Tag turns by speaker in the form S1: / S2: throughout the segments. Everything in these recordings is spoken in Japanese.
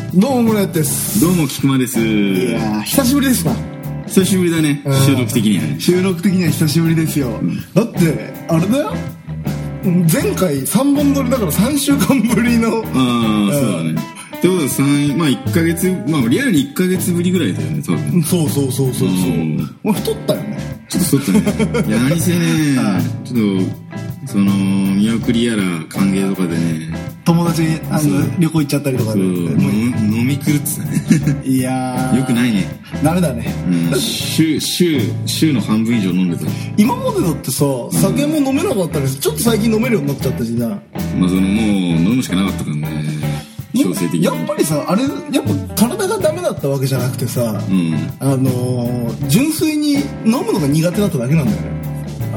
S1: よです
S2: どうも菊間です
S1: いやー久しぶりですな
S2: 久しぶりだね
S1: うん
S2: 収録的にはね
S1: 収録的には久しぶりですよ、だってあれだよ前回3本撮りだから3週間ぶりの
S2: ああそうだねってことは3まあ1ヶ月まあリアルに1ヶ月ぶりぐらいだよね多分
S1: そうそうそうそうそう
S2: うん
S1: 俺太ったよね
S2: ちょっ と太ったねいや何せねちょっとその見送りやら歓迎とかでね
S1: 友達にあの旅行行っちゃったりとか
S2: そう
S1: で
S2: の飲み狂ってたね
S1: いや
S2: よくないいね
S1: ダメだね、
S2: うん週週週の半分以上飲んでた
S1: 今までだってさ酒も飲めなかったですちょっと最近飲めるようになっちゃったしな
S2: まあそのもう飲むしかなかったからね強制的に
S1: やっぱりさあれやっぱ体がダメだったわけじゃなくてさ、
S2: うん
S1: あのー純粋に飲むのが苦手だっただけなんだよね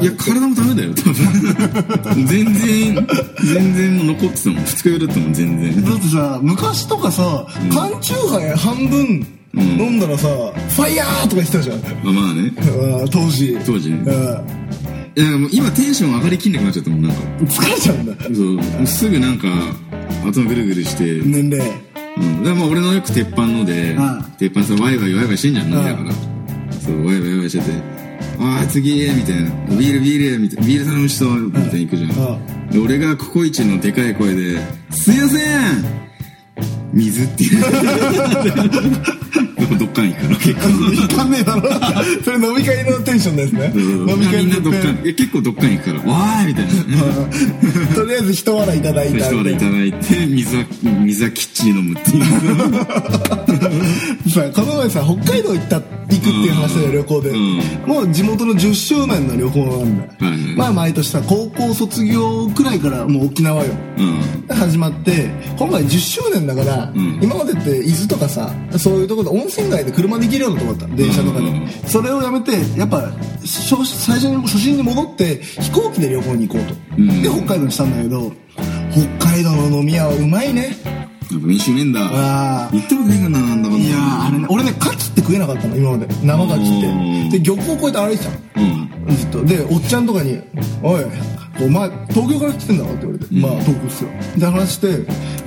S2: いや、体もダメだよ、多分。全然、全然もう残ってたもん。二日酔いだったもん、全
S1: だ
S2: 然。
S1: ってさ昔とかさ缶チューハイ半分
S2: うん
S1: 飲んだらさ、ファイヤーとか言ってたじゃん
S2: まあまあね。
S1: うん当時
S2: 当時
S1: うん
S2: ね。いや、もう今テンション上がりきんなくなっちゃったもん、なんか。
S1: 疲れちゃうんだ
S2: そう。もうすぐなんか、頭ぐるぐるして。うん。
S1: 年齢
S2: だからまあ俺のよく鉄板ので
S1: うん、
S2: 鉄板さ、ワイワイワイワイしてんじゃん、なんだから。そう、ワイワイワイワイしてて。ああ、次、みたいな。ビール、ビール、みたいな。ビール頼む人、みたいな行くじゃん。で俺がココイチのでかい声で、すいません水って言う。どっかん行くから結構。
S1: いかねえ だろそれ飲み会のテンションですね飲み
S2: み
S1: 会
S2: ん
S1: の
S2: などっかん、え結構どっかん行くから、わーいみたいな。
S1: うんとりあえず一笑いいただいた
S2: 一までいただいて、水は、水はきっちり飲むっていう。
S1: さこの前さ北海道行った行くっていう話だよ旅行で、
S2: うん
S1: もう地元の10周年の旅行なんだよ、
S2: はいはい
S1: まあ毎年さ高校卒業くらいからもう沖縄よ
S2: うん。
S1: 始まって今回10周年だから、
S2: ん
S1: 今までって伊豆とかさそういうところで温泉街で車で行けるようなとこだった電車とかで、
S2: うんうんうん
S1: それをやめてやっぱ初最初に初心に戻って飛行機で旅行に行こうと、
S2: うん
S1: で北海道にしたんだけど北海道の飲み屋はうまいね
S2: やっぱ練習ねえんだ。
S1: あー
S2: 行ったことねえかな、なんだかんだ
S1: いやーあれね俺ね牡蠣って食えなかったの今まで生牡蠣ってで漁港を越えて歩いてたの
S2: うん。
S1: ずっとでおっちゃんとかに「おいお前東京から来てんだろ?」って言われて「まあ東京っすよ」で話して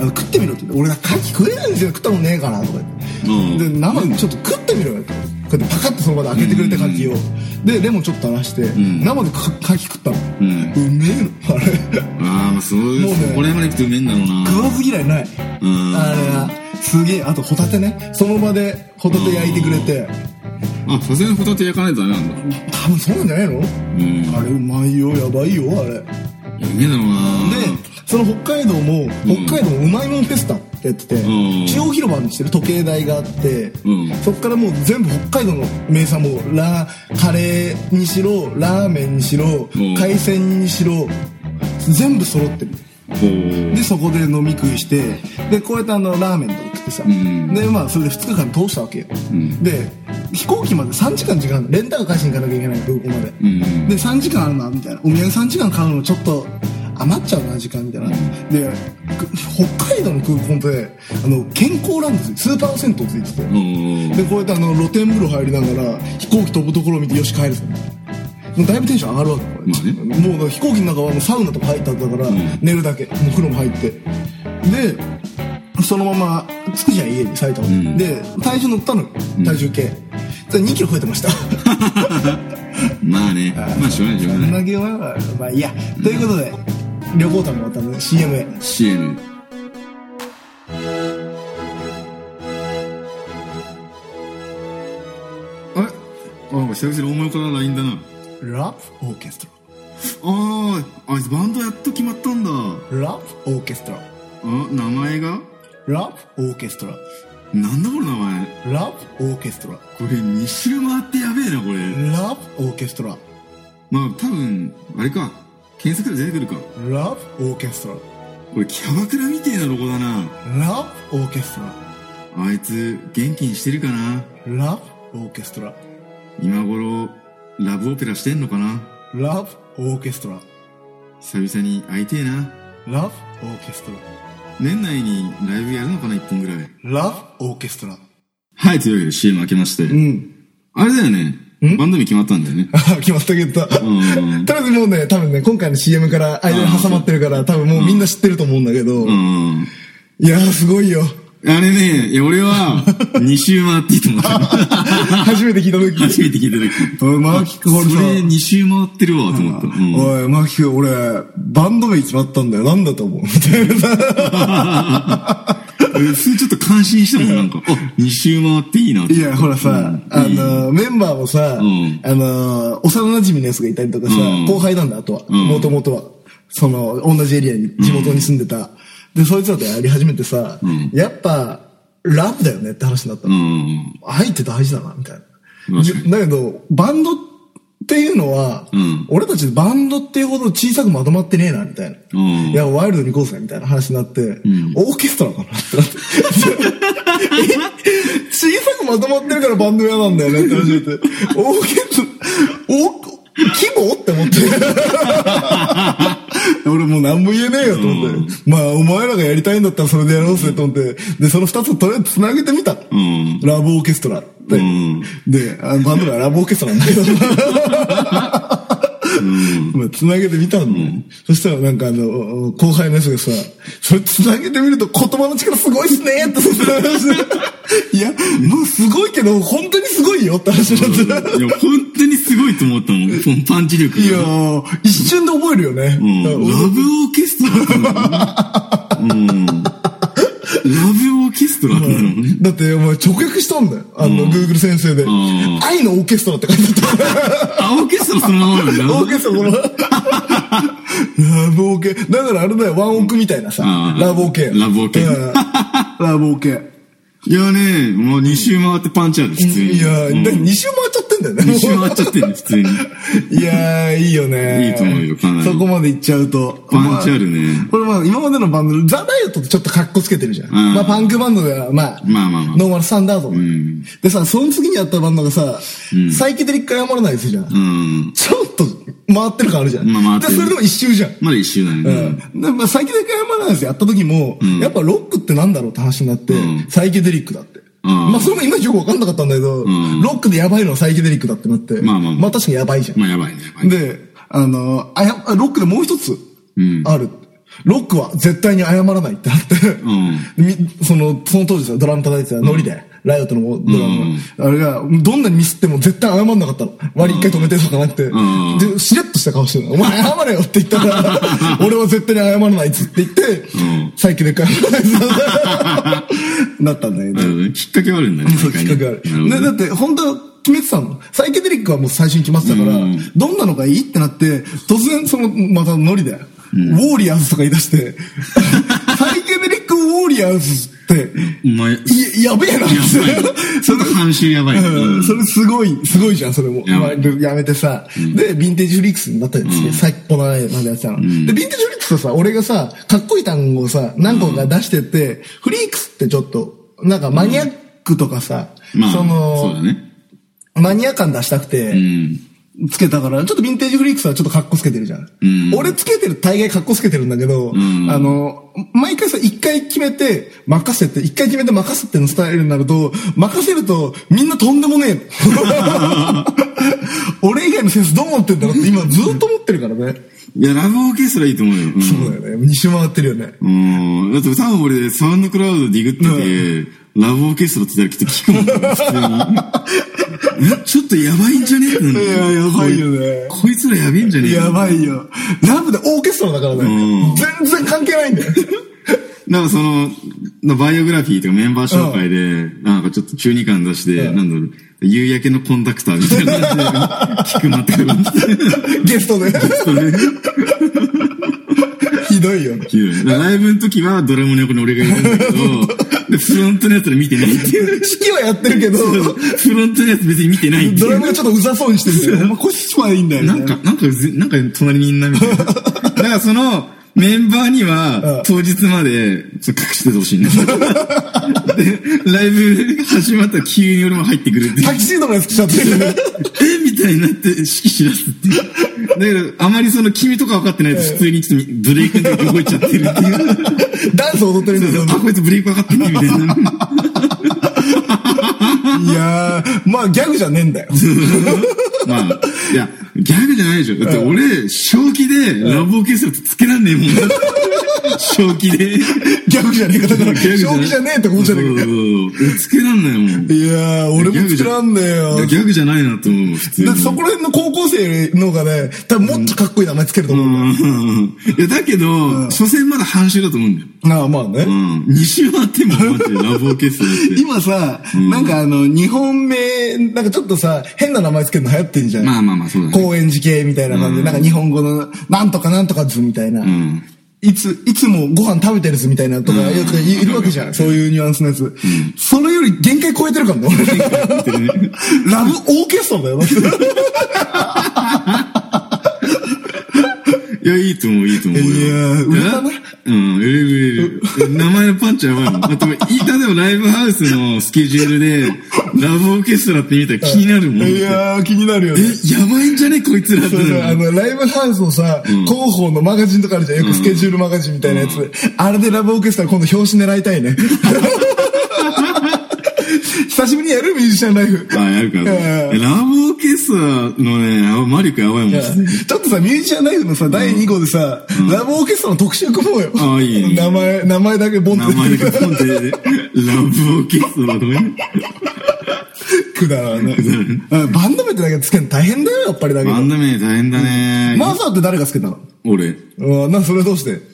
S1: あの「食ってみろ」って言って「俺が牡蠣食えないんですよ食ったもんねえから」とか言って、
S2: うん
S1: で生でちょっと食ってみろよってこうやってパカッとその場で開けてくれて牡蠣を、でレモンちょっと垂らして、
S2: ん
S1: 生でか牡蠣食ったの、
S2: う
S1: うんめえのあれ
S2: ああ、まあそうい
S1: もう
S2: う、
S1: ね
S2: そこら辺まで行くとうめえんだろうな。
S1: 食わず嫌いない、
S2: うん
S1: あれはすげえあとホタテねその場でホタテ焼いてくれて、
S2: あ、さすがにホタテ焼かないとダメなんだ。
S1: 多分そうなんじゃないの、
S2: うん。
S1: あれうまいよやばいよあれ
S2: いやうめえだろうな。
S1: で、その北海道も、北海道もうまいもんフェスタやってて、
S2: ん
S1: 中央広場にしてる時計台があって、
S2: うん
S1: そっからもう全部北海道の名産も、ラー、カレーにしろ、ラーメンにしろ
S2: ん、
S1: 海鮮にしろ、全部揃ってる。
S2: こう
S1: で、そこで飲み食いして、で、こうやってあの、ラーメンとか食ってさ、
S2: ん
S1: で、まあ、それで2日間通したわけよ。
S2: ん
S1: で、飛行機まで3時間時間、レンタカー返しに行かなきゃいけない空港まで。
S2: うん。
S1: で3時間あるなみたいなお土産3時間買うのちょっと余っちゃうな時間みたいなでく北海道の空港であの健康ランドついてスーパー銭湯ついてて
S2: うん。
S1: でこうやってあの露天風呂入りながら飛行機飛ぶところを見てよし帰るぞもうだいぶテンション上がるわけこれ
S2: まあね
S1: もうだから飛行機の中はもうサウナとか入った後だから、
S2: ん
S1: 寝るだけもう風呂も入ってでそのまま着くじゃん家に埼玉に、
S2: うん
S1: で体重乗ったのよ体重計、で2キロ増えてました
S2: まあね。まあしょうがないしょうがない。
S1: 投げはまあいいや、ということで旅行旅も終わったので CM へ
S2: CM。あれあ、久々に思いから LINE だな。
S1: ラブオーケスト
S2: ああ、あいつバンドやっと決まったんだ。
S1: ララブオーケストラ
S2: あ、名前が
S1: ラブオーケストラ
S2: なんだこの名前。
S1: ラブオーケストラ
S2: これ2周回ってやべえな、これ。
S1: ラブオーケストラ
S2: まあ多分、あれか。検索で出てくるか。
S1: ラブオーケスト
S2: これキャバクラみてえなロゴだな。
S1: ララブオーケストラ
S2: あいつ、元気にしてるかな
S1: ラブオーケストラ
S2: 今頃、ラブオペラしてんのかな
S1: ラブオーケストラ
S2: 久々に会いてえな。
S1: ラブオーケストラ
S2: 年内にライブやるのかな一本ぐらい。
S1: ラブオーケストラ
S2: はい、というわけで CM 開けまして。
S1: うん
S2: あれだよね。バンド名決まったんだよね。
S1: 決まったけど
S2: うんうん
S1: とりあえずもうね、多分ね、今回の CM から間に挟まってるから、多分もうみんな知ってると思うんだけど、
S2: うん。うん。
S1: いやーすごいよ。
S2: あれね、いや俺 は、2周回っていいと思った。
S1: 初めて聞いた時
S2: 初めて聞いた時。
S1: おいマーキックホールさ
S2: それ2周回ってるわ、と思った。うん
S1: おい、マキ君、俺、バンド名決まったんだよ。なんだと思うみたい
S2: うんそれちょっと感心したもん、なんか。あ、2周回っていいなって。
S1: な。いや、ほらさ、あの、メンバーもさ、
S2: ん
S1: あの、幼馴染のやつがいたりとかさ、
S2: うん
S1: 後輩なんだ、あとは。もともとは。その、同じエリアに、地元に住んでた。で、そいつらとやり始めてさ、やっぱ、ラブだよねって話になったの。
S2: うん。
S1: 愛って大事だな、みたいな。
S2: 確か
S1: じだけど、バンドっていうのは、
S2: ん
S1: 俺たちバンドっていうほど小さくまとまってねえな、みたいな。
S2: うん
S1: いや、ワイルドに行こうぜ、みたいな話になって、オーケストラかなってなって。え小さくまとまってるからバンド嫌なんだよねって話になって。オーケストラ、お 規模って思って。 俺もう何も言えねえよと思って。まあ、お前らがやりたいんだったらそれでやろうぜと思って。で、その二つをとりあえず繋げてみた。
S2: ん
S1: ラブオーケストラって。
S2: ん
S1: で、あのバンド名はラブオーケストラなんだけど。 まあ、繋げてみたのね。そしたらなんかあの、後輩のやつがさ、それ繋げてみると言葉の力すごいっすねってその話でいや、もうすごいけど、本当にすごいよって話になって。
S2: いや、本当にすごいと思ったもん。このパンチ力
S1: いや
S2: が。
S1: ー、一瞬で覚えるよね。
S2: うん。ラブオーケストラだったもんね。うん。ラブオーケストラだったもんね。
S1: だって、お前直訳したんだよ。あの、Google 先生で
S2: ん。
S1: 愛のオーケストラって書いてあった。
S2: あ、オーケストラそのままなんだ。
S1: オーケスト ラ、この、ラブオーケ。だからあれだよ、ワンオクみたいなさ
S2: う、ん
S1: ラブオーケ。
S2: ラブオケ
S1: うんラブオーケ。
S2: いやね、もう2周回ってパンチある、普通に。
S1: いや
S2: うん
S1: ー、だ2周回っちゃってんだよね。
S2: 二周回っちゃってる、普通に。
S1: いやー、いいよね。
S2: いいと思うよかなり
S1: そこまで行っちゃうと。
S2: パンチあるね。
S1: これまあ、今までのバンド、ザ・ダイエットってちょっと格好つけてるじゃん。
S2: ん
S1: まあ、パンクバンドでは、まあ、
S2: まあまあまあ
S1: ノーマルスタンダード、でさ、その次にやったバンドがさ、サイケデリック謝らないですじゃん。
S2: うん。
S1: ちょっと回ってる感あるじゃん。
S2: まあ回っ
S1: で、
S2: てる
S1: それでも一周じゃん。
S2: まだ1周だね。
S1: うん。で、まあ、サイケデリック謝らないですやった時も、やっぱロックってなんだろうって話になって、
S2: ん
S1: サイケデリックだって。
S2: ん
S1: まあ、それも今よくわかんなかったんだけど、
S2: ん
S1: ロックでやばいのはサイケデリックだってなって、
S2: まあまあまあ
S1: 確かにやばいじゃん。
S2: まあやばいね、やばいね。
S1: で、あの、あや、ロックでもう一つ、
S2: ん
S1: ある。ロックは絶対に謝らないってなって、みその、その当時さ、ドラム叩いてたノリで、ライオットのドラム、あれが、どんなにミスっても絶対謝んなかったの。割り一回止めてとかなくて、
S2: ん
S1: で、しれっとした顔してるの。お前謝れよって言ったら、俺は絶対に謝らないっつって言って、最近で謝らないっつって、なったんだけど
S2: な。るほどね。きっかけはあるんだね。
S1: そう
S2: 毎回
S1: 企
S2: ね
S1: 画がある。
S2: なるほ
S1: ね、
S2: どね
S1: だって、本当は決めてたの。サイケデリックはもう最初に決まってたから、どんなのがいいってなって、突然その、またノリだよ。ウォーリアーズとか言い出して、 サイケデリックウォーリアーズって、
S2: お前、や
S1: いやべえなって。
S2: ばい。その半周やばい。
S1: う
S2: うんん
S1: それすごい、すごいじゃん、それも。
S2: やばい
S1: まあやめてさ、で、ヴィンテージフリックスになったんですね。さっきこの前までやってたの。で、ヴィンテージフリックスはさ、俺がさ、かっこいい単語をさ、何個か出してって、フリークスってちょっと、なんかマニアックとかさ、
S2: まあ、
S1: その
S2: そうだね。
S1: マニア感出したくて、
S2: うん。
S1: つけたから、ちょっとヴィンテージフリークスはちょっとカッコつけてるじゃん。
S2: ん
S1: 俺つけてる、大概カッコつけてるんだけど、あの、毎回さ、一回決めて、任せて、一回決めて任せてのスタイルになると、任せると、みんなとんでも ねえ。俺以外のセンスどう思ってんだろうって今ずっと思ってるからね。
S2: いや、ラブオーケストラいいと思うよ。うん
S1: そうだよね。二周回ってるよね。
S2: うん。だって多分俺、サウンドクラウドでィグってて、ラブオーケストラって言ったらきっと聞く もん、普通に。えちょっとやばいんじゃねえい
S1: いややばいよね
S2: こいつらやべえんじゃねえ
S1: やばいよ。ラブでオーケストラだからね
S2: ん。
S1: 全然関係ないんだよ。
S2: なんかその、のバイオグラフィーとかメンバー紹介で、なんかちょっと中二感出して、
S1: うん
S2: なんだろう、夕焼けのコンダクターみたいな感じで、聞くなってくるん
S1: ゲストで。 ひどいよね。
S2: ですよ。ライブの時はドラムの横に俺がいるんだけ ど、で、フロントのやつら見てないっていう。
S1: 式はやってるけ ど、
S2: フロントのやつ別に見てないって
S1: ド
S2: い
S1: ラ
S2: う。
S1: ムがちょっとうざそうにして るんだよ。お前腰までいいんだよね。
S2: なんか、なんかず、なんか隣にいんな みたいな。だからその、メンバーに
S1: う
S2: は
S1: ん、
S2: 当日まで、ちょっと隠しててほしいん です。で、ライブ始まったら急に俺も入ってくるっていう
S1: タキシードのやつ来ちゃって る。
S2: えみたいになって、指揮しだすっていう。だけど、あまりその君とか分かってないと、普通にちょっとブレイクの時動いちゃって るっていう。
S1: ダンス踊ってるんですよ。
S2: あ、こいつブレイク分かってんねみたいな。
S1: いやー、まあ ギャグじゃねえんだよ。
S2: まあ、いや、ギャグじゃないでしょ。だって俺、正気でラブオーケストラってつけらんねえもん。正気で。
S1: ギャグじゃねえか。だから、
S2: ギャグ
S1: 将棋じゃねえって思っちゃね
S2: そうそうそう見つけらんないもん。
S1: えか。いやー、俺も作らんだよ
S2: いや。ギャグじゃないなと思う、普通に。
S1: だってそこら辺の高校生の方がね、多分もっとかっこいい名前つけると思う。
S2: うんいや、だけど、所詮まだ半周だと思うんだよ。
S1: ああ、まあね。
S2: うん。2周回っても、マジでラボ決戦って。
S1: 今さ、なんかあの、日本名、なんかちょっとさ、変な名前つけるの流行ってんじゃん。
S2: まあまあまあ、そうだね。
S1: 高円寺系みたいな感じで、なんか日本語の、なんとかなんとか図みたいな。
S2: ん
S1: いつ、いつもご飯食べてる図みたいなとか、やつがいいるわけじゃん。そういうニュアンスのやつ。それより限界超えてるか もね、俺ラブオーケストラだよ、だって
S2: いや、いいと思う、いいと思うよ。
S1: いやー売れたな
S2: えうん、売れる売れる。名前のパンチやばいもん。だって、いたでもライブハウスのスケジュールで、ラブオーケストラって見たら気になるも ん。
S1: いやー、気になるよね。
S2: え、やばいんじゃねこいつらっ
S1: そ
S2: てな
S1: う
S2: る
S1: そう、
S2: もん
S1: あの、ライブハウスのさ、広報のマガジンとかあるじゃん。よくスケジュールマガジンみたいなやつ。あれでラブオーケストラ今度表紙狙いたい ね。久しぶりにやるミュージシャンライフ。
S2: あ、やるか。ラ
S1: うん
S2: ブオーケストラのね、あマリックやばいもん。
S1: ちょっとさ、ミュージシャンライフのさ、第2号でさ、ラブオーケストラの特集組もうよ。
S2: あいいねいいね
S1: 名前、名前だけボン
S2: 名
S1: って
S2: 前
S1: 出
S2: で
S1: てくる。
S2: ポンって出て、ラブオーケストラとかね。
S1: くだらない。うんバンド名ってだけつけるの大変だよ、やっぱりだけど
S2: バ。ンド名大変だね。
S1: マザーって誰がつけたの
S2: 俺。
S1: うん、な、それどうして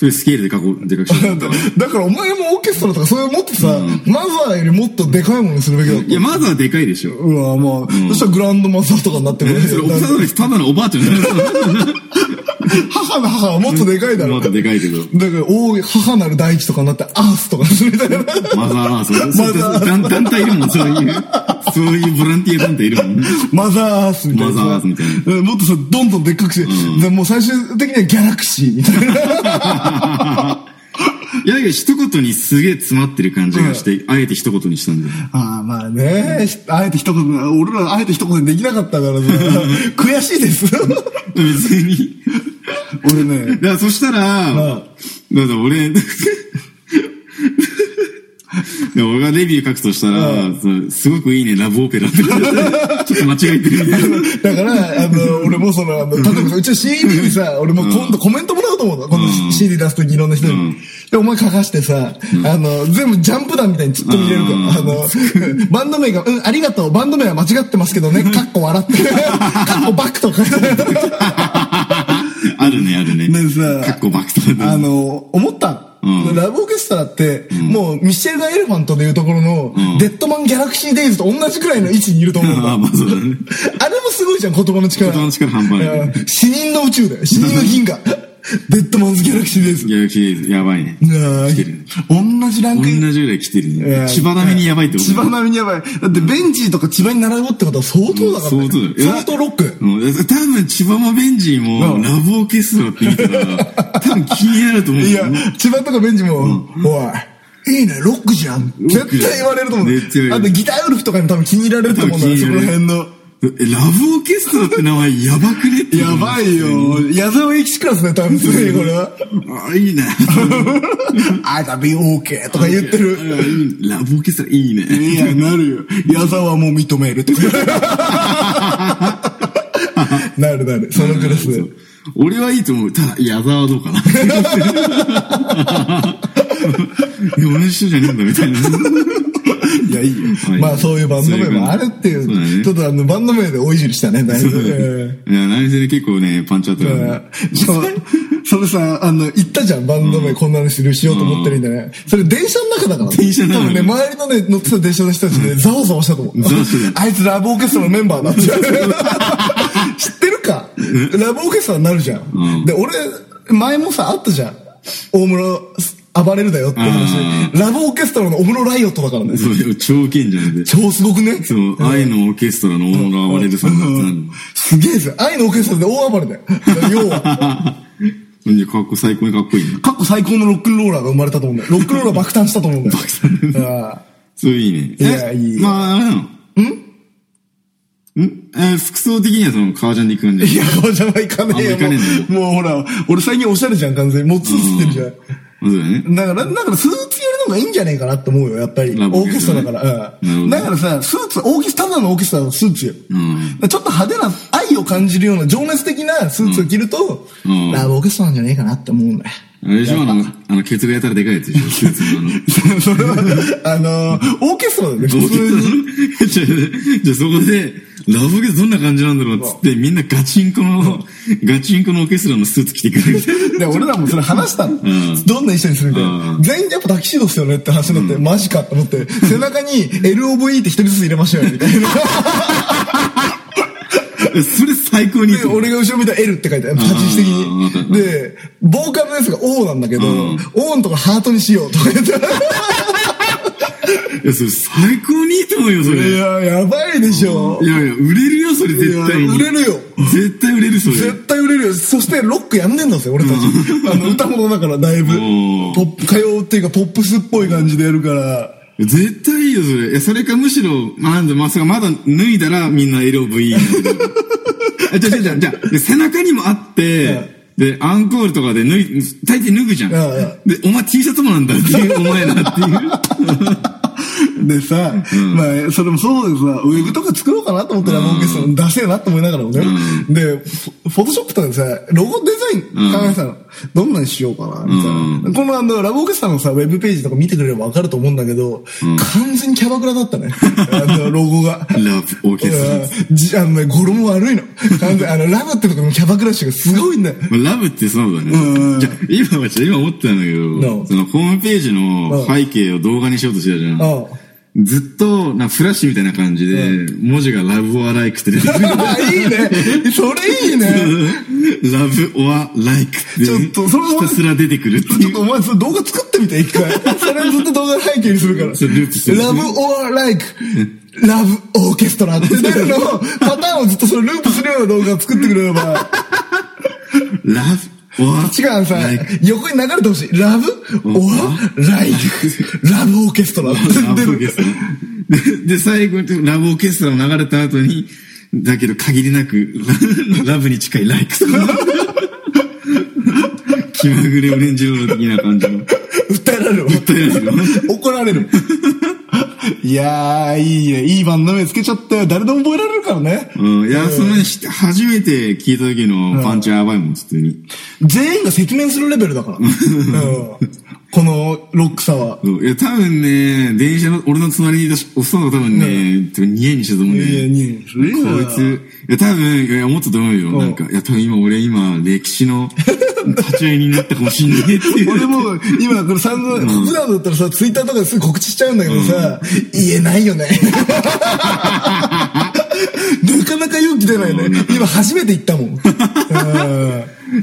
S2: それスケールで過去、でかくしちゃったわ。
S1: だからお前もオーケストラとかそういうのもっとさ、マザーよりもっとでかいものにするべきだった
S2: い。や、まずはでかいでしょ。
S1: うわ、まあ、そしたらグランドマザーとかになってくる
S2: それ、おさのただのおばあちゃんじゃない
S1: 母の母はもっとでかいだろ。
S2: まだでかいけど。
S1: だから、大い母なる大地とかになって、アースとかにするみたいな。
S2: マザーアース。
S1: マザーアース
S2: 団団体いるもん、そういう。そういうボランティア団体いるも ん。
S1: マザーアースみたいな。
S2: マザーアースみたい
S1: な。もっとさ、どんどんでっかくして、でもう最終的にはギャラクシーみたい
S2: いや、だけど一言にすげえ詰まってる感じがして、あえて一言にしたんだよ。
S1: ああ、まあね、あえて一言、俺らあえて一言できなかった からさ、悔しいです。
S2: 別に。
S1: 俺ね
S2: だ、からそしたら、
S1: あ
S2: だから俺、だから俺がレビュー書くとしたら、そうすごくいいね、ラブオペラって。ちょっと間違 えてるみたいな。
S1: だから、あの、俺もその、あの、例えばさうちの CD にさ、俺も今度コメントもらおうと思うの。今度 CD 出すときいろんな人に。で、お前書かしてさ、あの、全部ジャンプ団みたいにちっと見れるから、
S2: うん
S1: あの、 バンド名が、うん、ありがとう、バンド名は間違ってますけどね、かっこ笑 って、かっこバックとか。
S2: あるね、あるね。
S1: ねさ
S2: かっこバックとか
S1: あの、思った。
S2: うん
S1: ラブオーケストラって、もうミシェルガ・エレファントでいうところの、デッドマン・ギャラクシー・デイズと同じくらいの位置にいると思うんだ。
S2: ああ、まあそうだね。
S1: あれもすごいじゃん、言葉の力。
S2: 言葉の力半端ない
S1: や死人の宇宙だよ。死人の銀河。デッドマンズ・ギャラクシーです。
S2: ギャラクシーデイズやばいね。
S1: なあ
S2: 来てるね。
S1: 同じラン
S2: 同
S1: クイン。
S2: じぐらい来てる
S1: いや
S2: ね。千葉並みにやばいってこと
S1: 千葉並みにやばい。だってベンチとか千葉に並ぼうってことは相当だからね、
S2: 相当だよいや
S1: 相当ロック。
S2: うん多分、千葉もベンジー
S1: うん
S2: も、ラブオーケストラって言ったら、多分気になると思う。
S1: いや、千葉とかベンチも、おい、いいね、ロックじゃん。
S2: ロック
S1: 絶対言われると思う。
S2: 絶対言わ
S1: あ
S2: れる
S1: とギターウルフとかに多分気に入られると思うんだよ、
S2: 多
S1: そ
S2: 分気に
S1: こ
S2: 入
S1: ら
S2: られる
S1: 辺の。
S2: えラブオーケストラって名前やばくねって
S1: やばいよ。矢沢永吉クラスね、多分すでにこれは。
S2: あ、いいね。
S1: あ、だび OK とか言ってる。
S2: あいいラブオーケストラいいね。
S1: いや、なるよ。矢沢も認める とか。なるなる。そのクラスで。
S2: 俺はいいと思う。ただ、矢沢はどう かな。いや、俺の人じゃねえんだ、みたいな。
S1: いや、いいよ
S2: はい。
S1: まあ、そういうバンド名
S2: そういうバン
S1: も
S2: ド
S1: あるって
S2: そうだ
S1: いう。
S2: ね
S1: ちょっとあの、バンド名でおいじりしたね、だいぶ。え
S2: いや、何せね、結構ね、パンチあったか
S1: え
S2: ら
S1: だからそうそれさ、あの、言ったじゃん、バンド名こんなのするしようと思ってるんだね。それ電車の中だから。
S2: 電車の中
S1: 多分ね、周りのね、乗ってた電車の人たちね、ざわざわしたと思う
S2: ざわしてる。
S1: あいつラブオーケストラのメンバーだって。知ってるかラブオーケストラになるじゃん。で、俺、前もさ、あったじゃん。大室、暴れるだよって
S2: あ
S1: 話。ラブオーケストラの大室ライオットだからね。
S2: そう、超賢者なんで。
S1: 超すごくね
S2: そう、愛のオーケストラの大物が暴れるさんだったん
S1: すげえぜ。愛のオーケストラで大暴れだよ。要は、
S2: で。じゃ、かっこ、最高にかっこいいね。
S1: 過去最高のロックンローラーが生まれたと思うんだよ。ロックンローラー爆誕したと思うんだよ。あ
S2: そういいね。
S1: いや
S2: え
S1: いいよ
S2: まあ、あれなのんんえー服装的にはその、革ジャンで行くんで
S1: ー。いや、お邪魔いかねえよ
S2: あんま行かねえ。
S1: もうもうほら、俺最近オシャレじゃん、完全に。もうツーツってる
S2: そうだよね
S1: じゃ。ん。だから、だからスーツよりの方がいいんじゃねえかなって思うよ、やっぱり。オ
S2: ラブオ
S1: ー
S2: ー
S1: ケス
S2: ケス
S1: トラ
S2: トラ
S1: だか
S2: なる
S1: ら。う
S2: ほ
S1: ん。
S2: ど
S1: だからさ、スーツ、オーケストラ、ただのオーケストラのスーツよ。
S2: ん
S1: だからちょっと派手な、愛を感じるような、情熱的なスーツを着ると、
S2: うん
S1: ラブオーケストラなんじゃねえかなって思うんだよ。
S2: あれでしょあの、あの、ケツがやたらでかいやつでしょスーツのあの。
S1: それは、あのー、オーケストラだね、普通に。
S2: じゃあ じゃあそこで、ラブゲーどんな感じなんだろうっつって、みんなガチンコの、ガチンコのオーケストラのスーツ着てくるみたいな。
S1: で、俺らもそれ話したの。
S2: ん
S1: どんな衣装にするみたいな。
S2: うん
S1: 全員やっぱタキシードっすよねって話になって、マジかと思って、背中に LOVE って一人ずつ入れましょうよ、みたいな。
S2: それ最高にいい
S1: で、俺が後ろ見たら L って書いてある、立ち位置的に。で、ボーカルのやつが O なんだけど、
S2: うん
S1: O のとこハートにしようとか言って。
S2: いや、それ最高にいいと思うよ、そ
S1: い
S2: れ。い
S1: や、やばいでしょ。
S2: やいや、売れるよ、それ絶対
S1: いや
S2: に。
S1: 売れるよ。
S2: 絶対売れる、それ。
S1: 絶対売れるよ。そしてロックやんねんのすよ、俺たち。あの、歌物だから、だいぶ。
S2: ん
S1: ポップ、歌謡っていうか、ポップスっぽい感じでやるから。
S2: 絶対いいよ、それ。いや、それかむしろ、まあ、なんだ、まさかまだ脱いだらみんな LOV になる。あじゃあ、じゃあ、じゃあじゃあで背中にもあって、で、アンコールとかで脱い、大抵脱ぐじゃん。
S1: うんうん
S2: で、お前 T シャツもなんだっていう、お前な っていう。
S1: でさ、まあ、それもそうでさ、ウェブとか作ろうかなと思ったら、もうけど、ダセえなと思いながらもね。で、フォフォトショップとかでさ、ロゴデザイン考えてたの。どんなにしようかな、みたいな。このあの、ラブオーケストラのさ、ウェブページとか見てくれればわかると思うんだけど、完全にキャバクラだったね。 あの、ロゴ が。
S2: ラブ、オーケスト
S1: うんじあのね、語呂も悪いの。完全にあの、ラブってとこのキャバクラ誌がすごいんだよ。
S2: ラ。まあラブってそうだね。
S1: んうん
S2: じゃあ今は、ちょ今思ったんだけ
S1: うん
S2: ど、そのホームページの背景を動画にしようとしてたじゃん。
S1: うん
S2: ずっと、なフラッシュみたいな感じで、文字がラブオアライクって出てく
S1: い
S2: る。
S1: いね。それいいね。
S2: ラブ・オア・ライクって
S1: ちょっとそれは
S2: ひたすら出てくるって
S1: ちょ
S2: い
S1: っ
S2: う
S1: とお前その動画作ってみて、一回。それずっと動画背景にするから。
S2: それループする
S1: ラブオアライク。ラブオーケストラ って出るのをパターンをずっとそのループするような動画を作ってくれれば。
S2: ラブ・オア・
S1: 違うさ
S2: ライク、
S1: 横に流れてほしい。ラブオアライク。ラブオーケストラって
S2: ラ
S1: 出
S2: ブ・オーケ
S1: る
S2: ス。トラでで最後にラブ・オーケストラが流れた後にだけど限りなくララブに近いライク気まぐれオレンジロード的な感じの
S1: 訴えられるわ。
S2: 訴えられるわ
S1: 怒られる。いやー、いいね。いいバンド名つけちゃったよ。誰でも覚えられるからね。
S2: うん、いや、そのひ初めて聞いた時のパンチはやばいもん、普通に。
S1: 全員が赤面するレベルだ から。うんこのロックさは。
S2: そういや、多分ね、電車の、俺の隣にいたおっさんが多分ね、てかニヤにしてたと思う
S1: い
S2: ね。
S1: やいや、に、こ
S2: こいつ、いや、多分、いや、思ったと思うよ。
S1: ん
S2: なんか、いや、多分今俺今、歴史の立ち会いになったかもしんないっていう。
S1: 俺もう、今、これ散々、普段だったらさ、ツイッターとかですぐ告知しちゃうんだけどさ、言えないよね。 なかなか勇気出ないね。今、初めて言ったもん。うん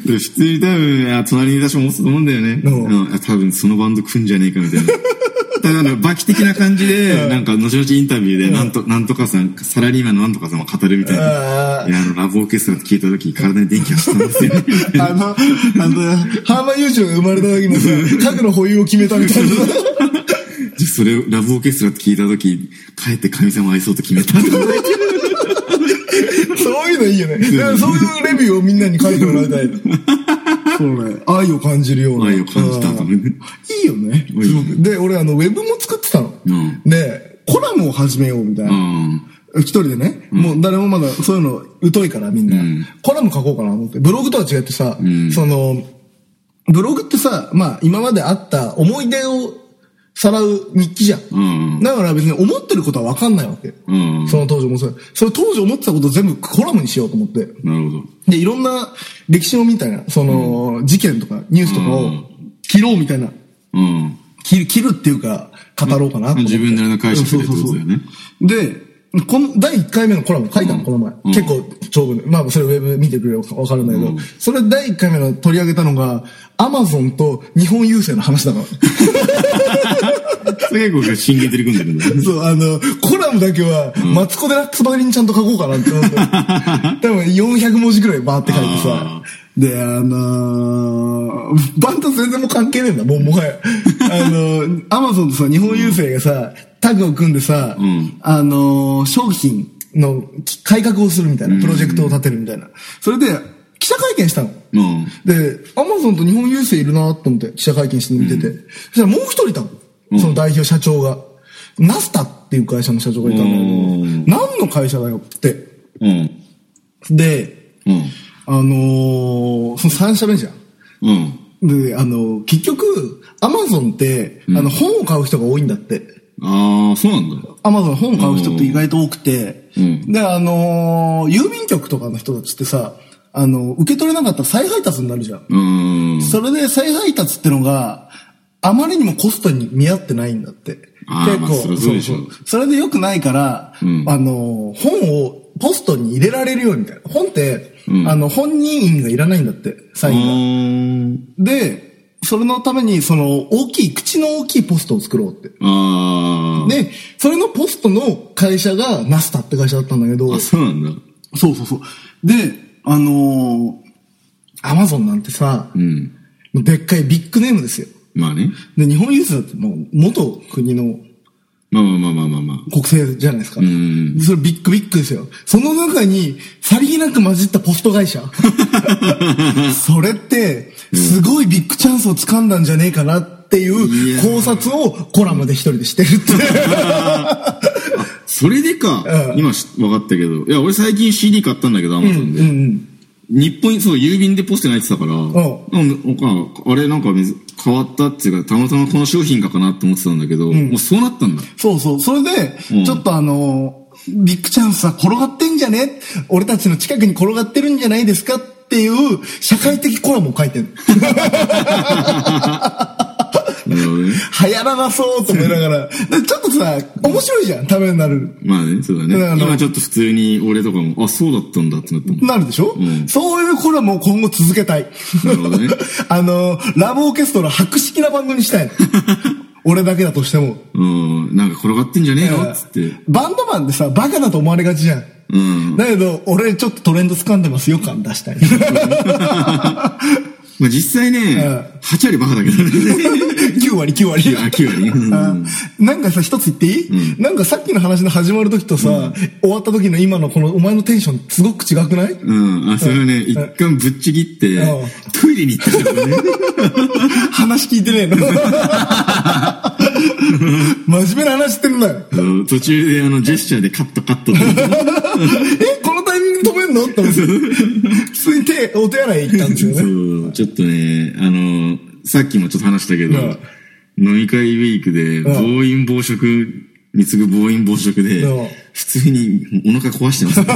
S2: 普通に多分、いや、隣にいた人も思ったと思うんだよね。
S1: うん
S2: うんいや多分そのバンド組んじゃねえかみたいな。 だから、バキ的な感じで、なんか、後々インタビューで、なんと、なんとかさん、サラリーマンのなんとかさんも語るみたい
S1: あ
S2: な。
S1: ー
S2: いや、あの、ラブオーケストラって聞いた時、体に電気がしたんですよね。
S1: あの、あの、ハーマンユーチューが生まれた時のさ、核の保有を決めたみたいな。
S2: じゃあそれをラブオーケストラって聞いた時、帰って神様愛そうと決めた。
S1: そういうのいいよね。だからそういうレビューをみんなに書いてもらいた い。そうね。愛を感じるような。
S2: 愛を感じたと
S1: うん
S2: 思
S1: いう
S2: ね
S1: いよね。すごくで、俺、あの、ウェブも作ってたの
S2: うん。
S1: で、コラムを始めようみたいうな。
S2: ん。
S1: 一人でね、もう誰もまだそういうの疎いからみんな、
S2: ん
S1: コラム書こうかなと思って。ブログとは違ってさ、その、ブログってさ、まあ今まであった思い出をさらう日記じゃん。
S2: うん
S1: だから別に思ってることは分かんないわけ。
S2: うん
S1: その当時もそう。それ当時思ってたことを全部コラムにしようと思って。
S2: なるほど。
S1: で、いろんな歴史をみたいな、その、事件とかニュースとか
S2: う
S1: を
S2: ん
S1: 切ろうみたいな、
S2: うん。
S1: 切る、切るっていうか、語ろうかなと思って
S2: 自分なりの解釈でってことだよね
S1: うんそうそうそうで、この、第1回目のコラム書いたの、この前。結構長文で。まあ、それウェブ見てくれればわかるんだけど、それ第1回目の取り上げたのが、アマゾンと日本郵政の話だから。
S2: それ結構真剣に取り組んでるんだね。
S1: そう、あの、コラムだけは、マツコ・デラックスばりにちゃんと書こうかなって思 って。多分400文字くらいバーって書いてさ
S2: あ。
S1: で、あのーバンド全然もう関係ねえんだ、もうもはや。あのーアマゾンとさ、日本郵政がさ、タッグを組んでさ、
S2: ん
S1: あのー商品の改革をするみたいな、プロジェクトを立てるみたいな。それで、記者会見したの。
S2: うん。
S1: で、アマゾンと日本郵政いるなと思って記者会見して見てて、そしたらもう一人いたの。その代表社長が。ナスタっていう会社の社長がいたんだけど、何の会社だよって。
S2: うん。
S1: で、
S2: うん。
S1: あのー、その三社目じゃん。
S2: うん。
S1: で、あの、結局、アマゾンって、あの、本を買う人が多いんだって。
S2: ああ、そうなんだ。
S1: アマゾン本買う人って意外と多くて、
S2: うん
S1: で、あのー郵便局とかの人たちってさ、あの、受け取れなかったら再配達になるじゃん。
S2: うーん。
S1: それで再配達ってのが、あまりにもコストに見合ってないんだって。
S2: あーまあそりゃそうでしょ
S1: それで良くないから、
S2: ん
S1: あの、本をポストに入れられるようにみたいな。本って、
S2: うん
S1: あの、本人印がいらないんだって、サ
S2: う
S1: インが。
S2: ーん。
S1: で、それのために、その、大きい、口の大きいポストを作ろうって。
S2: ああ。
S1: で、それのポストの会社がナスタって会社だったんだけど、
S2: あ、そうなんだ。
S1: そうそうそう。で、あのアマゾンなんてさ
S2: う、ん。
S1: でっかいビッグネームですよ。
S2: まあね。
S1: で、日本郵政だってもう元国の
S2: まあまあまあまあまあまあ。
S1: 国政じゃないですか。
S2: ん
S1: それビッグビッグですよ。その中に、さりげなく混じったポスト 会社。それって、すごいビッグチャンスを掴んだんじゃねえかなってい
S2: いうや
S1: 考察をコラムで一人でしてる って。
S2: それでか、
S1: うん
S2: 今し分かったけど。いや、俺最近 CD 買ったんだけど、アマゾンで。
S1: うんうん。
S2: 日本に、そう、郵便でポストに入ってたから、なんかあれなんかめず変わったっていうか、たまたまこの商品かかなって思ってたんだけど、もうそうなったんだ。
S1: そうそう。それで、
S2: うん
S1: ちょっとあのー、ビッグチャンスは転がってんじゃね俺たちの近くに転がってるんじゃないですかっていう社会的コラムを書いてる。
S2: なるほど ね。
S1: 流行らなそうと思いながら。でちょっとさ、面白いじゃん、ためになる。
S2: まあね、そうだね。
S1: だから
S2: 今ちょっと普通に俺とかも、あ、そうだったんだってなったもん。
S1: なるでしょ、
S2: うん
S1: そういうコラムを今後続けたい。
S2: なるほどね
S1: あの、ラブオーケストラ白式な番組にした いの。俺だけだとしても。
S2: うん、なんか転がってんじゃねえのっつって。
S1: バンドマンってさ、バカだと思われがちじゃん。
S2: うん。
S1: だけど、俺ちょっとトレンド掴んでますよ感出したい。
S2: まあ実際ね、
S1: う
S2: 8割バカだけど ね。
S1: 9割、9割。
S2: 9割。うん
S1: なんかさ、一つ言っていい、なんかさっきの話の始まる時とさ、終わった時の今のこのお前のテンションすごく違くない
S2: うん。あ、それはね、一回ぶっちぎって
S1: うん、
S2: トイレに行ったからね。
S1: 話聞いてねえ の。真面目な話してるん だよ。
S2: うん途中であの、ジェスチャーでカットカットって。
S1: え、このタイミングで止めんのって思って。普通に手、お手洗い行ったんですよ
S2: そ
S1: ね。
S2: う、ちょっとね、あの、さっきもちょっと話したけど、
S1: うん
S2: 飲み会ウィークで、暴飲暴食、に次ぐ暴飲暴食で
S1: うん、
S2: 普通にお腹 壊してます。もう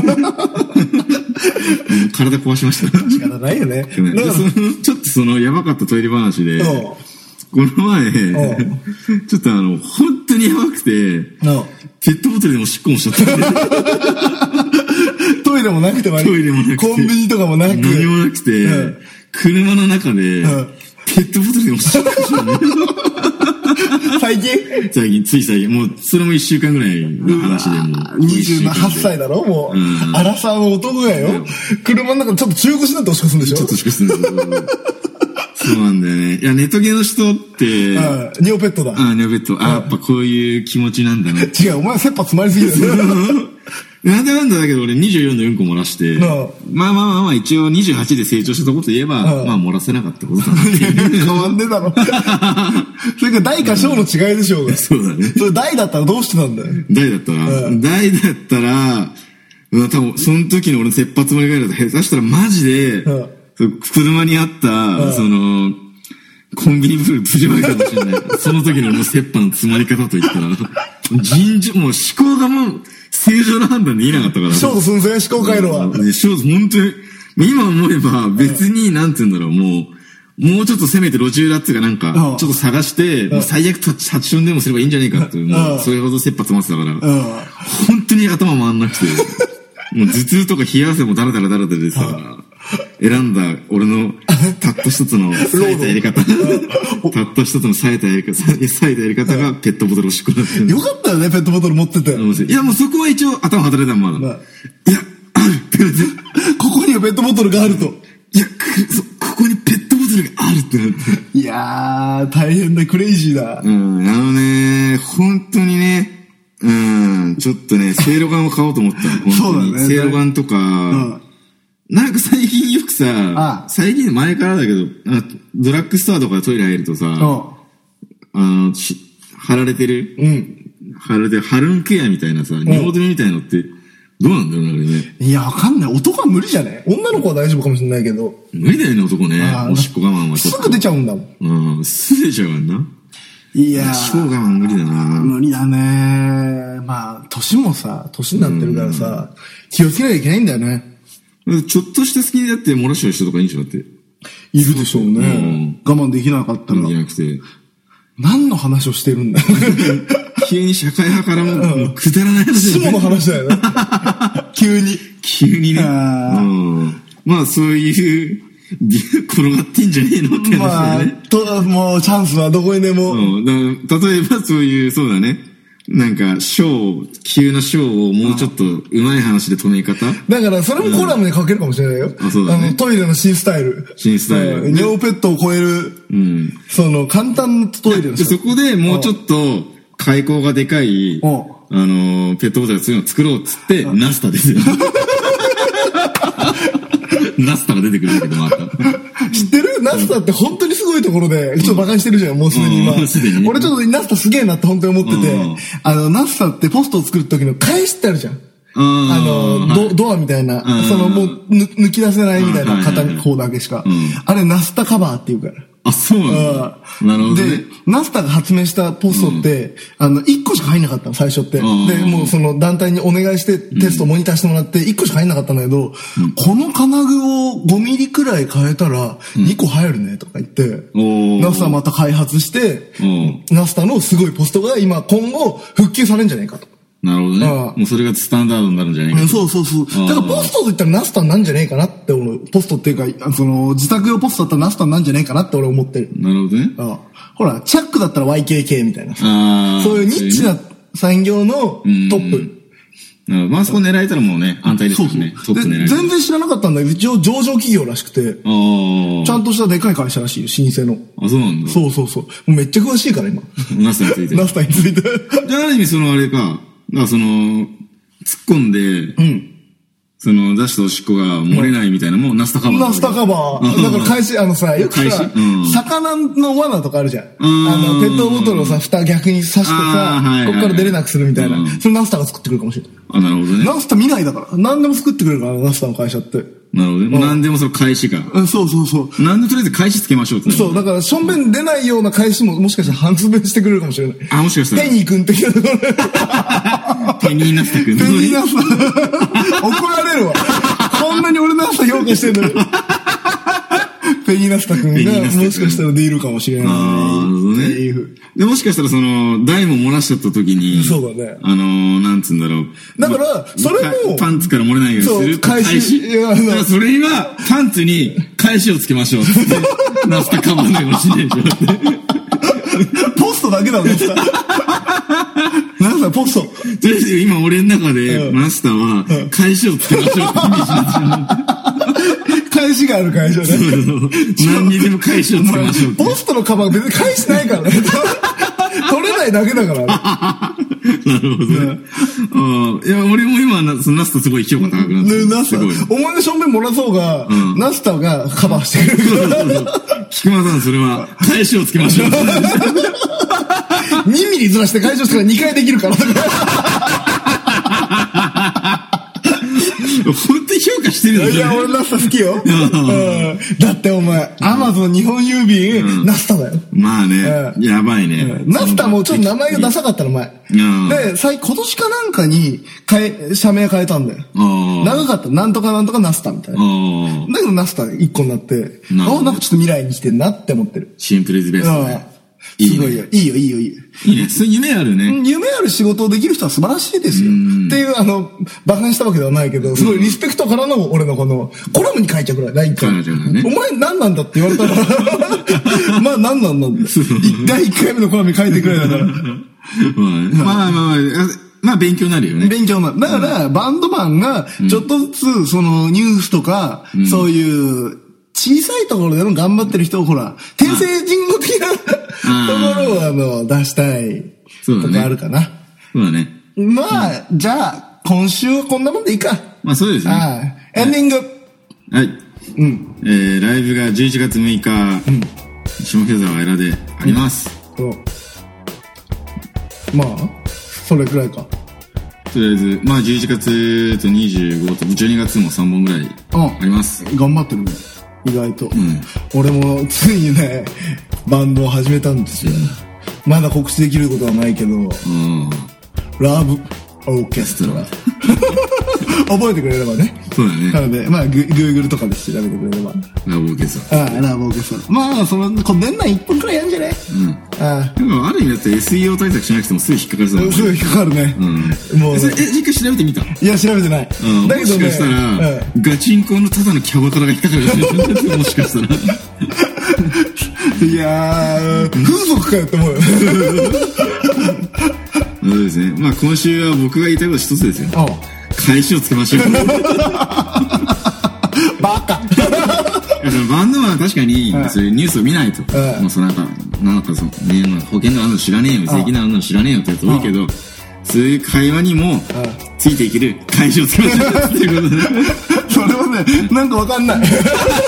S2: 体壊しました。
S1: 仕方ないよね。だか
S2: でね
S1: ら
S2: そのちょっとそのやばかったトイレ話で、
S1: うん
S2: この前、ちょっとあの、本当にやばくて、
S1: うん
S2: ペットボトルでもしっこもしちゃった。
S1: トイレもなくて悪い
S2: トイレもなくて
S1: コンビニとかもなく。
S2: 何もなくて、
S1: うん
S2: 車の中で、
S1: ん
S2: ペットボトルでもしっこもしちゃった。
S1: 最近
S2: 最近、つい最近、もう、それも一週間ぐらいの話でもう。
S1: 28歳
S2: だ。
S1: だろも
S2: うん
S1: う、荒さの男がよ。車の中でちょっと中腰になって押しかすんでしょ
S2: ちょっとしかすんだけど。そうなんだよね。いや、ネトゲの人って、あ
S1: うんニオペットだ。
S2: あ、ネオベット、あやっぱこういう気持ちなんだな。
S1: 違う、お前切羽詰まりすぎ だよ。
S2: なんだかんだだけど俺24のうんこ漏らして、
S1: う
S2: まあまあまあまあ一応28で成長したとこといえば、
S1: うん
S2: まあ漏らせなかったことだなっていう。
S1: 変わんねえ だろ。それか大か小の違いでしょうが。そ
S2: そうだね。
S1: れ大だったらどうしてたんだよ。
S2: 大だったら、大だったら、うん多分その時の俺の切羽詰まりがいだと下手したらマジで、
S1: うん
S2: そう車にあった、その、コンビニブルぶちまけたかもし れない。その時の俺の切羽の詰まり方といったら、尋常、もう思考がもう正常な判断できなかったから。
S1: ショート寸前思考回路は。
S2: で、ショーズ本当に、今思えば別に、なんて言うんだろう、もう、もうちょっとせめて路地裏っていうかなんか、
S1: うん
S2: ちょっと探して、もう最悪タッチ、タッチションでもすればいいんじゃないかっていう、もう
S1: うん
S2: それほど切羽詰まってたから、
S1: うん。
S2: 本当に頭回んなくて、もう頭痛とか冷や汗もダラダラダラダラ出てたから、選んだ俺のたった一つの冴えたやり方、たった一つの冴えたやり方、冴えたやり方がペットボトルおしっこだったんだ
S1: よかったよね、ペットボトル持ってて。こ
S2: いや、もうそこは一応頭働いたまだ。い
S1: ま
S2: や
S1: あ、
S2: あるって感じで
S1: こにはペットボトルがあると。
S2: いや、くそここにペットボトルがあるってなって。
S1: いやー、大変だ、クレイジーだ。
S2: うん、あのね、本当にね、うん、ちょっと ね、セイロガンを買おうと思ったの、本当に。
S1: そうだね
S2: セイロガンとか、
S1: ん
S2: なんか最近よくさ、
S1: ああ
S2: 最近前からだけど、なんかドラッグストアとかトイレ入るとさ、
S1: う
S2: あ
S1: ん。
S2: の、し貼られてる、
S1: うん。
S2: 貼られてる、ハルンケアみたいなさ、尿止めみたいのって、どうなんだろうね、あれね。
S1: いや、わかんない。男は無理じゃね女の子は大丈夫かもしれないけど。
S2: 無理だよね、男ね
S1: あ。ー
S2: おしっこ我慢はちょっ
S1: す
S2: と。
S1: ぐ出ちゃうんだもん。
S2: うん、すぐ出ちゃうからな。
S1: いや
S2: おしっこ我慢無理だな。
S1: 無理だね。まあ、年もさ、年になってるからさ、気をつけなきゃいけないんだよね。
S2: ちょっとした隙にだって漏らしちゃう人とかいいんでしょ、だって。
S1: いるでしょうね。我慢できなかったら
S2: 関。係なくて。
S1: 何の話をしてるん だよ。
S2: 急に社会派からも、もうくだらない話
S1: 下の話だ よね。急に。
S2: 急にね。う
S1: あー
S2: ん。まあ、そういう、ビュー転がってんじゃねえのって話
S1: ま
S2: だ
S1: あ
S2: よね。、
S1: と、もうチャンスはどこにでも。
S2: うん。だから例えばそういう、そうだね。なんか、ショー、急なショーをもうちょっと、うまい話で止め方
S1: だから、それもコラムに書けるかもしれないよ。
S2: あそうだね
S1: の、トイレの新スタイル。
S2: 新スタイル
S1: うん尿ペットを超える、
S2: うん。
S1: その、簡単なトイレの
S2: で、
S1: スタイ
S2: そ
S1: ル。
S2: こでもうちょっと、開口がでかい、あ
S1: うん
S2: のー、ペットボトルそういうの作ろうっつって、ナスタです よ。ナスタが出てくるんだけど、また。
S1: 知ってるナスタって本当にすごいところで、ちょっと馬鹿にしてるじゃん、もうすでに今
S2: うんすでにね。
S1: 俺ちょっとナスタすげえなって本当に思ってて
S2: うん、
S1: あの、ナスタってポストを作る時の返しってあるじゃん。
S2: うん
S1: あの、ドドアみたいな
S2: う、ん
S1: そのもうぬ抜き出せないみたいな
S2: うんはいは
S1: 片
S2: いはい
S1: 方だけしか
S2: うん。
S1: あれナスタカバーって言うから。
S2: あ、そうなんだ。なるほど
S1: で
S2: ね。、
S1: ナスタが発明したポストって、あの、1個しか入んなかったの、最初って。で、
S2: ん
S1: もうその団体にお願いしてテストモニターしてもらって、1個しか入んなかったんだけど、この金具を5ミリくらい変えたら、2個入るね、とか言って、
S2: おー
S1: ナスタまた開発して
S2: うん、
S1: ナスタのすごいポストが今、今後、復旧されるんじゃないかと。
S2: なるほどね。
S1: あ
S2: もうそれがスタンダードになるんじゃないか
S1: うん
S2: と。
S1: そうそうそう。だからポストと言ったらナスタなんじゃねえかなって思う。ポストっていうか、あその、自宅用ポストだったらナスタなんじゃねえかなって俺思ってる。
S2: なるほどね。
S1: あほら、チャックだったら YKK みたいなさ
S2: あー
S1: そういうニッチな産業のトップ。
S2: なるほどまあそこ狙えたらもうね、安泰です
S1: そう
S2: よ
S1: そう
S2: ね。トッ
S1: で
S2: プ狙える。
S1: 全然知らなかったんだけど、一応上場企業らしくて、
S2: ああ。
S1: ちゃんとしたでかい会社らしいよ、老舗の。
S2: あ、そうなんだ。
S1: そうそうそう。もうめっちゃ詳しいから、今。
S2: ナスについて。
S1: ナスタについ て。
S2: じゃあ、ある意味、その、あれか、まあ、その、突っ込んで、
S1: ん
S2: その、出したおしっこが漏れないみたいなのも、ナスタカバー。
S1: ナスタカバー。だから返し、あのさ、よく
S2: 返し
S1: さ
S2: うん、
S1: 魚の罠とかあるじゃん。
S2: ん
S1: あの、ペットボトルをさ、蓋逆に刺してさ
S2: あーはいはいは、い
S1: こっから出れなくするみたいな
S2: うん。
S1: それナスタが作ってくるかもしれない。
S2: あ、なるほどね。
S1: ナスタ見ないだから。何でも作ってくれるから、ナスタの会社って。
S2: なるほどね。何でもその返しか。
S1: うん、そうそうそう。
S2: 何でもとりあえず返しつけましょうってなる。
S1: そう、だから、しょんべん出ないような返しも、もしかしたら半分してくれるかもしれない。
S2: あ、もしかした
S1: 手
S2: ら、
S1: に行くん的なところ。
S2: ペニーナスタ君。
S1: 手になさ、怒ら れるわ。こんなに俺の朝評価してるのに。ペギーナスタ君
S2: ペギー
S1: が、
S2: ナスタ君
S1: もしかしたら出るかもしれない。
S2: あーなるほどね
S1: っていう
S2: で、もしかしたらその、台も漏らしちゃった時に、
S1: そうだね
S2: あのー、なんつうんだろう。
S1: だから
S2: ま
S1: それも
S2: かパンツから漏れないようにする
S1: そう返しいやあの
S2: だからそれには、パンツに返しをつけましょうっつって。 ナスタカバーないかもしれないでしょ。
S1: ポストだけ だもん、ナスタ。ナスタ、ポスト。
S2: とりあえず今俺の中で、マスターは、返しをつけましょうってイメ
S1: 返しがある会社ね。
S2: ー ジなんだよ何にでも返しをつけましょうって。
S1: ポストのカバン別に返してないから ね。取れないだけだから、あ
S2: なるほどね。うんいや、俺も今、なそのナスタすごい評価高くなっ
S1: れ
S2: て
S1: ねナ
S2: る。
S1: ス
S2: す
S1: タ
S2: ごい。そ、
S1: お前のしょんべん漏らそうが、ナスタがカバーしてくれる
S2: う
S1: か
S2: そうそう 菊間さん、それは、返しをつけまし ょう。
S1: ら、2ミリずらして解消したら2回できる から。
S2: 本当に評価してるんだ
S1: いや、
S2: よ。
S1: 俺ナスタ好きよ。うんだってお前、アマゾン日本郵便、ナスタだよ。
S2: まあね、
S1: うん
S2: やばいね。
S1: ナスタもちょっと名前がダサかったの前。
S2: うん
S1: で、最今年かなんかに変え、社名変えたんだよ。
S2: うん
S1: 長かった。なんとかなんとかナスタみたいな。
S2: ああ、
S1: だけどナスタ1個になって、
S2: なるほど
S1: あ、なんかちょっと未来に来てんなって思ってる。
S2: シンプルイズベーストね。
S1: うんすごいよ。いいよ、いいよ、いいよ。
S2: いいね。そういう夢あるね。
S1: 夢ある仕事をできる人は素晴らしいですよ。っていう、あの、馬鹿にしたわけではないけど、すごいリスペクトからの俺のこの、コラムに書いちゃうくらい、第一回。
S2: 書いちゃうからね
S1: お前何なんだって言われた ら、まあ何なんなんだ。第一回目のコラムに書いてくら いだから。
S2: まあまあまあ、あまあ勉強になるよね。
S1: 勉強になる。だから、バンドマンが、ちょっとずつ、その、ニュースとか、そういう、小さいところでの頑張ってる人を、ほら、天性人語的な
S2: あ
S1: ところを、あの、出したい、
S2: そうだ
S1: と
S2: ね
S1: かあるかな。
S2: そうだね。
S1: まあ、じゃあ、今週はこんなもんでいいか。
S2: まあそうですね。は
S1: ああ、エンディング。
S2: い。
S1: うん。
S2: えー、ライブが11月6日、下北沢エラであります。
S1: そうまあ、それくらいか。
S2: とりあえず、まあ11月と25と12月も3本ぐらいあります。
S1: 頑張ってるね。意外と。
S2: ん
S1: 俺もついにね、バンドを始めたんですよ。まだ告知できることはないけど、
S2: うん。
S1: ラブオーケストラ。 覚えてくれればね。
S2: そうだね
S1: な。ので、まあ、グ Google とかで調べてくれれば。
S2: ラボーケさ。
S1: ああ、ラブオーケストラ。まあ、その、こう年内1本くらいやんじゃね
S2: うん。
S1: あ
S2: でもある意味だって SEO 対策しなくてもすぐ引っかかるそうだ
S1: あ、
S2: もん
S1: す
S2: ね
S1: ごい引っかかるね。もう、
S2: え、実回調べてみた
S1: いや、調べてない。
S2: うん、
S1: だけどね、
S2: もしかしたら、
S1: うん
S2: ガチンコのただのキャバクラが引っかかるかもしれない もしかしたら。
S1: いやー、風俗かよって思うよ。
S2: そうですね。まあ今週は僕が言いたいこと一つですよ。
S1: あ
S2: 返しをつけましょう。 いや
S1: バ カ。
S2: そのバンドマンは確かに、そういうニュースを見ないと。
S1: うん
S2: もうそのなんか、なんかその、ね、なんか保険のあんの知らねえよ、税金のあんの知らねえよってやつ多いけど、そういう会話にも、ついていける返しをつけま しょうっていうことで。
S1: それはね、なんかわかんない。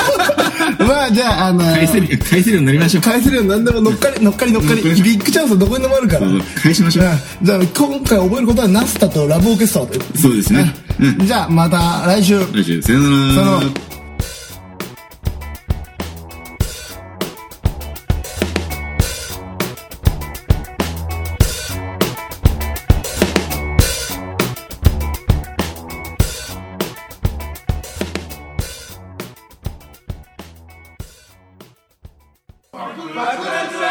S1: まあ、じゃあ、あのー
S2: 返せる、返せるようになりましょう。
S1: 返せるように何でも乗っかり、乗っかり乗っかり。ビッグチャンスはどこにでもあるから。
S2: そうそう返しましょう
S1: うんじゃあ、今回覚えることはナスタとラブオーケストラということで
S2: そうですね。うん。
S1: じゃあ、また来週。
S2: 来週、さよな
S1: さよな
S2: ら
S1: ら。
S3: 爆弾